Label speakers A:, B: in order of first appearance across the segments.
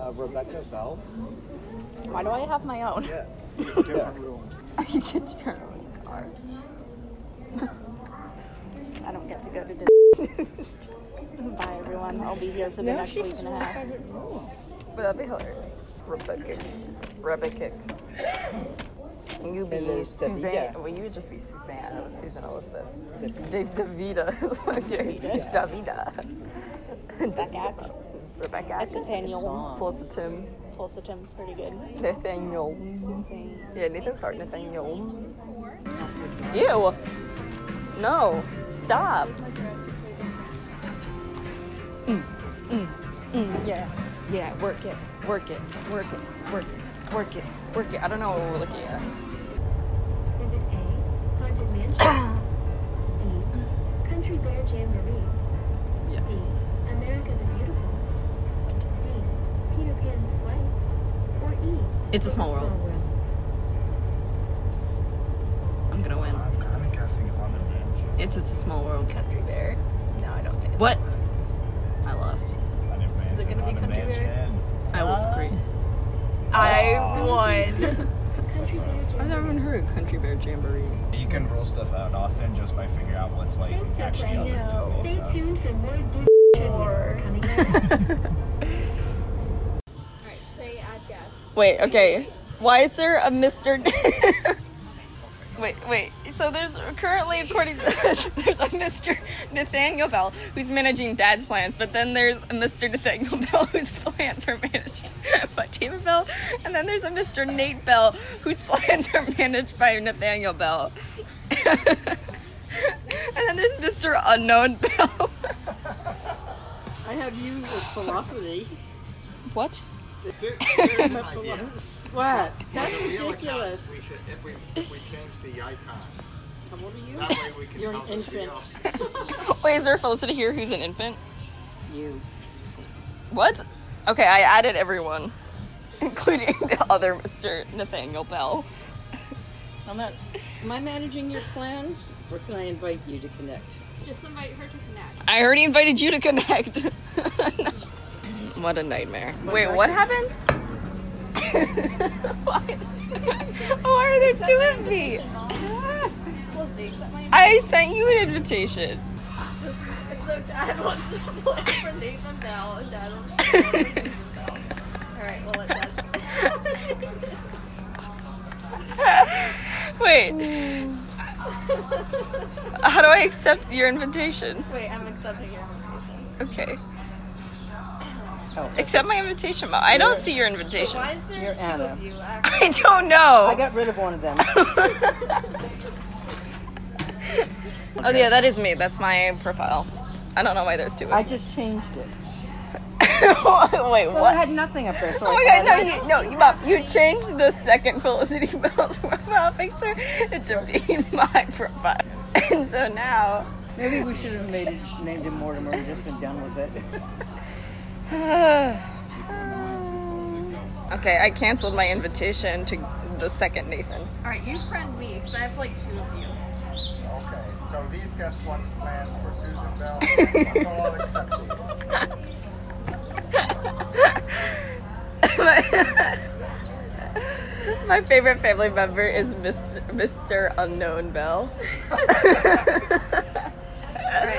A: uh, Rebecca Bell.
B: Why do I have my own?
A: Yeah.
C: Different room.
B: you get your own card. I don't get to go to Disney. Bye, everyone. I'll be here for the next week and a half.
D: But that'd be hilarious. Rebecca kick. Rebecca kick. You be
E: And there's
D: Suzanne.
E: Davida.
D: Well, you would just be Suzanne. It was Susan Elizabeth. Dave Davida is my Davida. Davida.
B: Becca.
D: Rebecca.
B: That's Nathaniel.
D: Felicitim.
B: Felicitum's pretty good.
D: Nathaniel.
B: Suzanne.
D: Yeah, Nathan's art Nathaniel. Ew. No. Stop. Mm, Yeah. Yeah. Work it. Work it. Work it. Work it. Work it. Work it. I don't know what we're looking at.
F: Visit A. Haunted Mansion. B. Country Bear Jamboree. C.
D: Yes.
F: America the Beautiful. D. Peter Pan's Flight. Or E.
D: It's a small world. I'm gonna win.
C: I'm kind of guessing on the mansion.
D: It's it's a small world. Country bear. No, I don't think. What? I lost.
C: Is
D: it gonna be country bear?
E: I will scream.
D: I won.
F: Country Bear
D: I've
F: Jamboree.
D: never even heard of country bear jamboree.
C: You can rule stuff out often just by figuring out what's like
F: Thanks for
C: actually
F: playing.
C: other Disney
F: Stay
C: stuff.
F: tuned for more Disney trivia coming up.
D: Wait, okay. Why is there a Mr. wait, wait. So there's currently, according to this, there's a Mr. Nathaniel Bell who's managing Dad's plans, but then there's a Mr. Nathaniel Bell whose plans are managed by David Bell, and then there's a Mr. Nate Bell whose plans are managed by Nathaniel Bell. and then there's Mr. Unknown Bell.
E: I have you with philosophy.
D: what?
E: What? That's
G: The real
E: ridiculous.
G: accounts, we should, if we, if we change the icon,
E: How old are you?
G: that way we can
E: You're an
G: tell the
E: infant.
G: real-
D: Wait, is there a Felicity here who's an infant?
E: You.
D: What? Okay, I added everyone, including the other Mr. Nathaniel Bell.
E: I'm not. Am I managing your plans, or can I invite you to connect?
H: Just invite her to connect.
D: I already invited you to connect. what a nightmare. Wait, what happened? Why? Why are there two of me?
H: We'll see. Is that my
D: I sent you an invitation.
H: It's so dad wants to play for Nathan Bell and dad wants to play for Susan Bell. Alright, well let dad.
D: Wait. How do I accept your invitation?
H: Wait, I'm accepting your invitation.
D: Okay. Accept my invitation, Mom. I don't see your invitation.
H: Why is there
E: You're
H: two
E: Anna.
H: of you? actually?
D: I don't know.
E: I got rid of one of them.
D: Oh yeah, that is me. That's my profile. I don't know why there's two.
E: I just changed it.
D: Wait,
E: Well, Oh, I
D: what?
E: had nothing up there, so
D: Oh
E: I
D: my god, no,
E: thought I-
D: you, no, you, Mom, you changed the second Felicity Bell's profile picture to be my profile, and so now.
E: Maybe we should have made it named him Mortimer. We just been done with it.
D: okay, I canceled my invitation to the second Nathan.
H: Alright, you friend me, because I have like two of you.
G: Okay, so these guests want to plan for Susan Bell. So I'll accept you.
D: My favorite family member is Mr. Mr. Unknown Bell.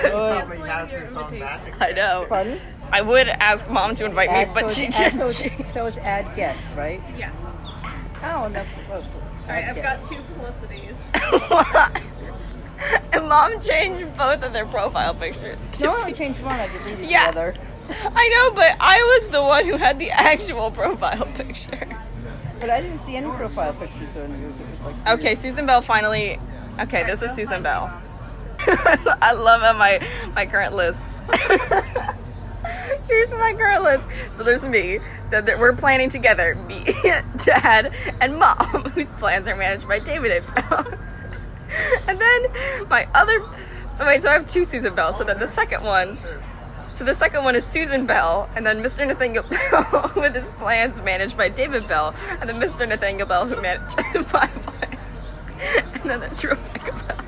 G: Probably Oh, has his own magic.
D: I know.
E: Pardon?
D: I would ask mom to invite me,
E: Add-
D: but
E: so
D: she
E: it's add-
D: just.
E: so,
D: she-
E: it's, so it's add guest, right?
H: Yes.
E: Oh, and that's supposed
H: Alright, I've got two felicities.
D: and mom changed both of their profile pictures.
E: No, I only changed one. I deleted
D: Yeah.
E: the other.
D: I know, but I was the one who had the actual profile picture.
E: But I didn't see any profile pictures on yours. It was like
D: Okay, Susan Bell finally. Okay, this is Susan Bell. I love how my my current list. Here's my current list. So there's me that, that we're planning together, me, Dad, and Mom, whose plans are managed by David and Bell. and then my other. Wait, so I have two Susan Bell. So then the second one. So the second one is Susan Bell, and then Mr. Nathaniel Bell with his plans managed by David Bell, and then Mr. Nathaniel Bell who managed my plans. And then that's Rebecca Bell.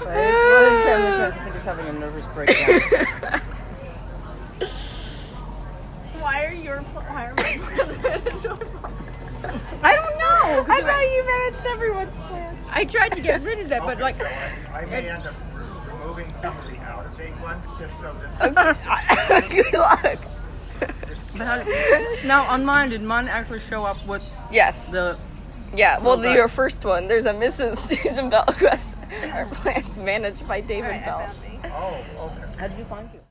E: But it's one of the family friends. I think is having a nervous breakdown.
H: are your pl- why are my plans managed on Mars?
D: I don't know. 'cause
I: I thought you managed everyone's plans.
D: I tried to get rid of that, but like,
C: so I, I may end up re- removing some of the outer big ones just so this.
D: good luck.
E: But how did, now on mine, did mine actually show up with
D: Yes.
E: the?
D: Yeah. Well,
E: Well,
D: the,
E: but-
D: your first one. There's a Mrs. Susan Bell who has her plans managed by David
H: Alright, I
D: Bell.
H: found me.
C: Oh, okay.
E: How did you find you?